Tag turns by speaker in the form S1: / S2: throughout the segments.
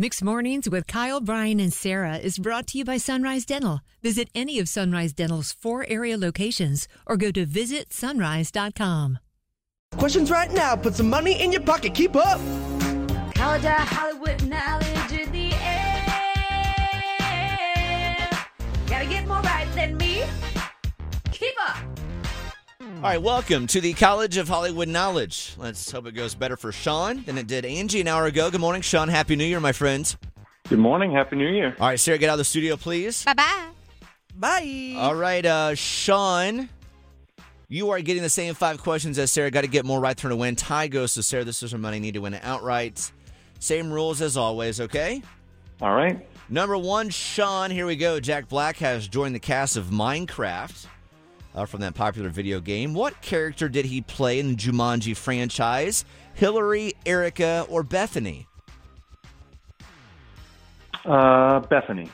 S1: Mixed Mornings with Kyle, Brian, and Sarah is brought to you by Sunrise Dental. Visit any of Sunrise Dental's four area locations or go to visitsunrise.com.
S2: Questions right now. Put some money in your pocket. Keep up.
S3: College of Hollywood knowledge in the air. Gotta get more right than me. Keep up.
S4: All right, welcome to the College of Hollywood Knowledge. Let's hope it goes better for Sean than it did Angie an hour ago. Good morning, Sean. Happy New Year, my friends.
S5: Good morning. Happy New Year.
S4: All right, Sarah, get out of the studio, please.
S6: Bye bye.
S2: Bye.
S4: All right, uh, Sean, you are getting the same five questions as Sarah. Got to get more right turn to win. Tie goes to Sarah. This is her money. Need to win it outright. Same rules as always. Okay.
S5: All right.
S4: Number one, Sean. Here we go. Jack Black has joined the cast of Minecraft uh, from that popular video game. What character did he play in the Jumanji franchise? Hillary, Erica, or Bethany?
S5: Uh, Bethany.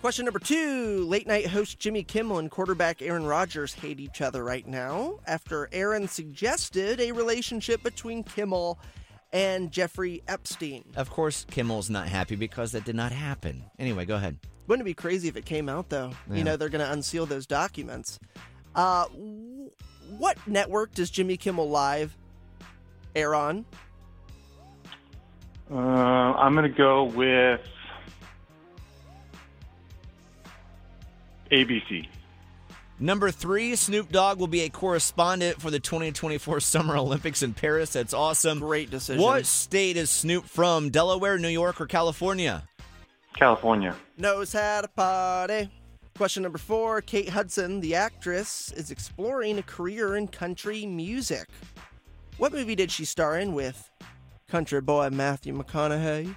S2: Question number two. Late night host Jimmy Kimmel and quarterback Aaron Rodgers hate each other right now after Aaron suggested a relationship between Kimmel and Jeffrey Epstein.
S4: Of course, Kimmel's not happy because that did not happen. Anyway, go ahead.
S2: Wouldn't it be crazy if it came out, though?
S4: Yeah.
S2: You know, they're going to unseal those documents. Uh, w- what network does Jimmy Kimmel Live air on?
S5: Uh, I'm going to go with ABC.
S4: Number three, Snoop Dogg will be a correspondent for the 2024 Summer Olympics in Paris. That's awesome.
S2: Great decision.
S4: What state is Snoop from? Delaware, New York, or California?
S5: California.
S2: knows how to party. Question number four Kate Hudson, the actress, is exploring a career in country music. What movie did she star in with country boy Matthew McConaughey?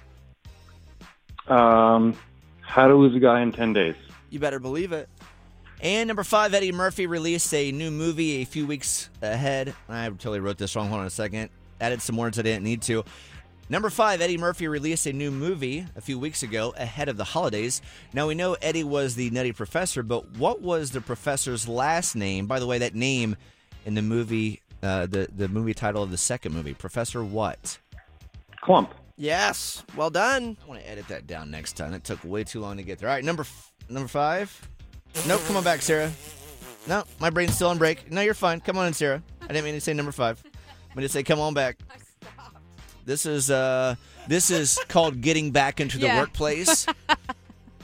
S5: Um, how to lose a guy in 10 days.
S2: You better believe it.
S4: And number five, Eddie Murphy released a new movie a few weeks ahead. I totally wrote this wrong. Hold on a second. Added some words I didn't need to. Number five, Eddie Murphy released a new movie a few weeks ago ahead of the holidays. Now, we know Eddie was the nutty professor, but what was the professor's last name? By the way, that name in the movie, uh, the, the movie title of the second movie, Professor What?
S5: Clump.
S2: Yes, well done.
S4: I want to edit that down next time. It took way too long to get there. All right, number f- number five. Nope, come on back, Sarah. No, my brain's still on break. No, you're fine. Come on in, Sarah. I didn't mean to say number five. I meant to say come on back. This is uh this is called getting back into the
S6: Yeah.
S4: workplace.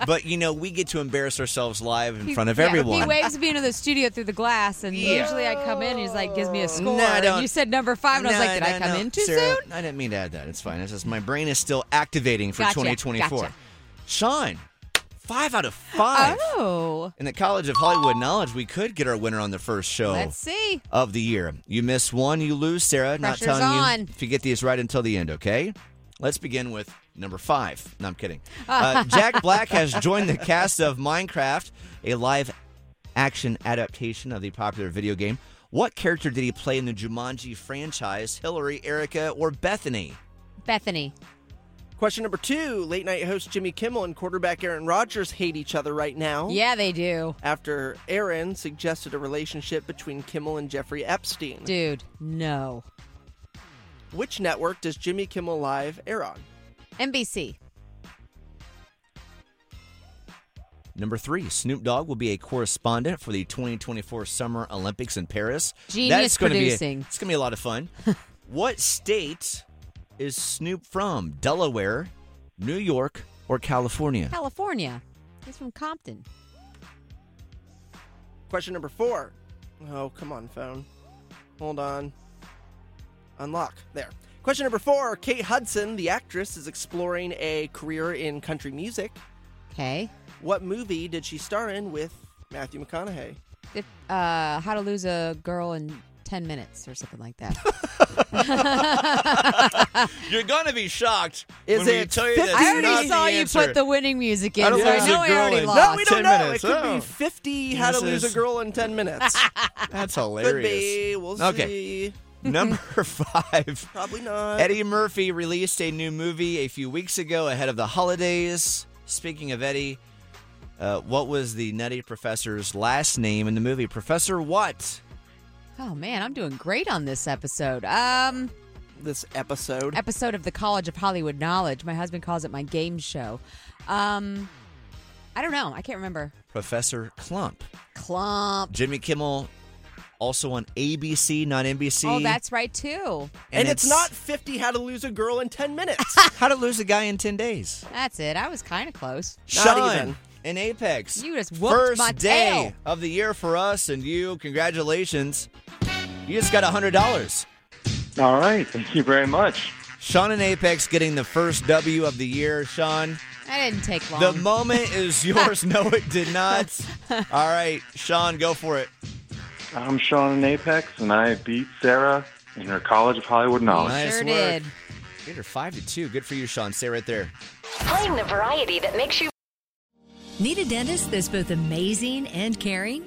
S4: but you know, we get to embarrass ourselves live in
S6: He-
S4: front of
S6: yeah,
S4: everyone.
S6: He waves me into the studio through the glass, and
S4: Yeah.
S6: usually I come in and he's like, gives me a score.
S4: No, I
S6: And
S4: don't.
S6: You said number five, and I was
S4: No,
S6: like, did
S4: no,
S6: I come
S4: no.
S6: in too
S4: Sarah,
S6: soon?
S4: I didn't mean to add that. It's fine. It's just my brain is still activating for
S6: Gotcha,
S4: 2024.
S6: gotcha.
S4: Sean, five out of five.
S6: Oh,
S4: In the College of Hollywood Knowledge, we could get our winner on the first show
S6: let's see.
S4: of the year. You miss one, you lose, Sarah. not
S6: Pressure's
S4: telling
S6: on.
S4: you if you get these right until the end, okay? Let's begin with number five. No, I'm kidding. Uh, Jack Black has joined the cast of Minecraft, a live action adaptation of the popular video game. What character did he play in the Jumanji franchise? Hillary, Erica, or Bethany?
S6: Bethany.
S2: Question number two Late night host Jimmy Kimmel and quarterback Aaron Rodgers hate each other right now.
S6: Yeah, they do.
S2: After Aaron suggested a relationship between Kimmel and Jeffrey Epstein.
S6: Dude, no.
S2: Which network does Jimmy Kimmel Live air on?
S6: NBC.
S4: Number three, Snoop Dogg will be a correspondent for the 2024 Summer Olympics in Paris.
S6: Genius
S4: That's gonna
S6: producing.
S4: Be a, it's going to be a lot of fun. what state is Snoop from? Delaware, New York, or California?
S6: California. He's from Compton.
S2: Question number four. Oh, come on, phone. Hold on. Unlock. There. Question number four. Kate Hudson, the actress, is exploring a career in country music.
S6: Okay.
S2: What movie did she star in with Matthew McConaughey?
S6: If, uh, how to lose a girl in 10 minutes or something like that.
S4: You're going to be shocked.
S2: Is
S4: when we
S2: it
S4: tell you
S2: 50?
S4: that's
S6: I
S4: not
S6: already
S4: the
S6: saw you
S4: answer.
S6: put the winning music in,
S4: I don't
S6: so I
S4: lose a
S6: know I
S4: girl
S6: already
S4: in-
S6: lost.
S2: No, we don't
S4: 10
S2: know.
S4: Ah, minutes.
S2: It could
S4: Oh.
S2: be 50 How to
S4: This
S2: Lose a
S4: is-
S2: Girl in 10 Minutes.
S4: That's
S2: could
S4: hilarious.
S2: be. We'll
S4: okay.
S2: see.
S4: Number five.
S2: Probably not.
S4: Eddie Murphy released a new movie a few weeks ago ahead of the holidays. Speaking of Eddie, uh, what was the nutty professor's last name in the movie? Professor what?
S6: Oh man, I'm doing great on this episode. Um,
S2: this episode.
S6: episode of the College of Hollywood Knowledge. My husband calls it my game show. Um, I don't know. I can't remember.
S4: Professor Clump.
S6: Clump.
S4: Jimmy Kimmel, also on ABC, not NBC.
S6: Oh, that's right too.
S2: and it's, not 50 how to lose a girl in 10 minutes.
S4: How to Lose a Guy in 10 Days.
S6: That's it. I was kind of close.
S2: Not
S4: Sean
S2: even.
S4: In Apex.
S6: You just whooped
S4: First
S6: my
S4: day
S6: tail.
S4: of the year for us and you. Congratulations. You just got $100.
S5: All right. Thank you very much.
S4: Sean and Apex getting the first W of the year. Sean,
S6: That didn't take long.
S4: the moment is yours. no, it did not. All right, Sean, go for it.
S5: I'm Sean in Apex, and I beat Sarah in her College of Hollywood Knowledge.
S4: Nice
S6: sure
S4: work.
S6: did.
S4: You're five to two. Good for you, Sean. Stay right there.
S7: Playing the variety that makes you
S1: Need a dentist that's both amazing and caring?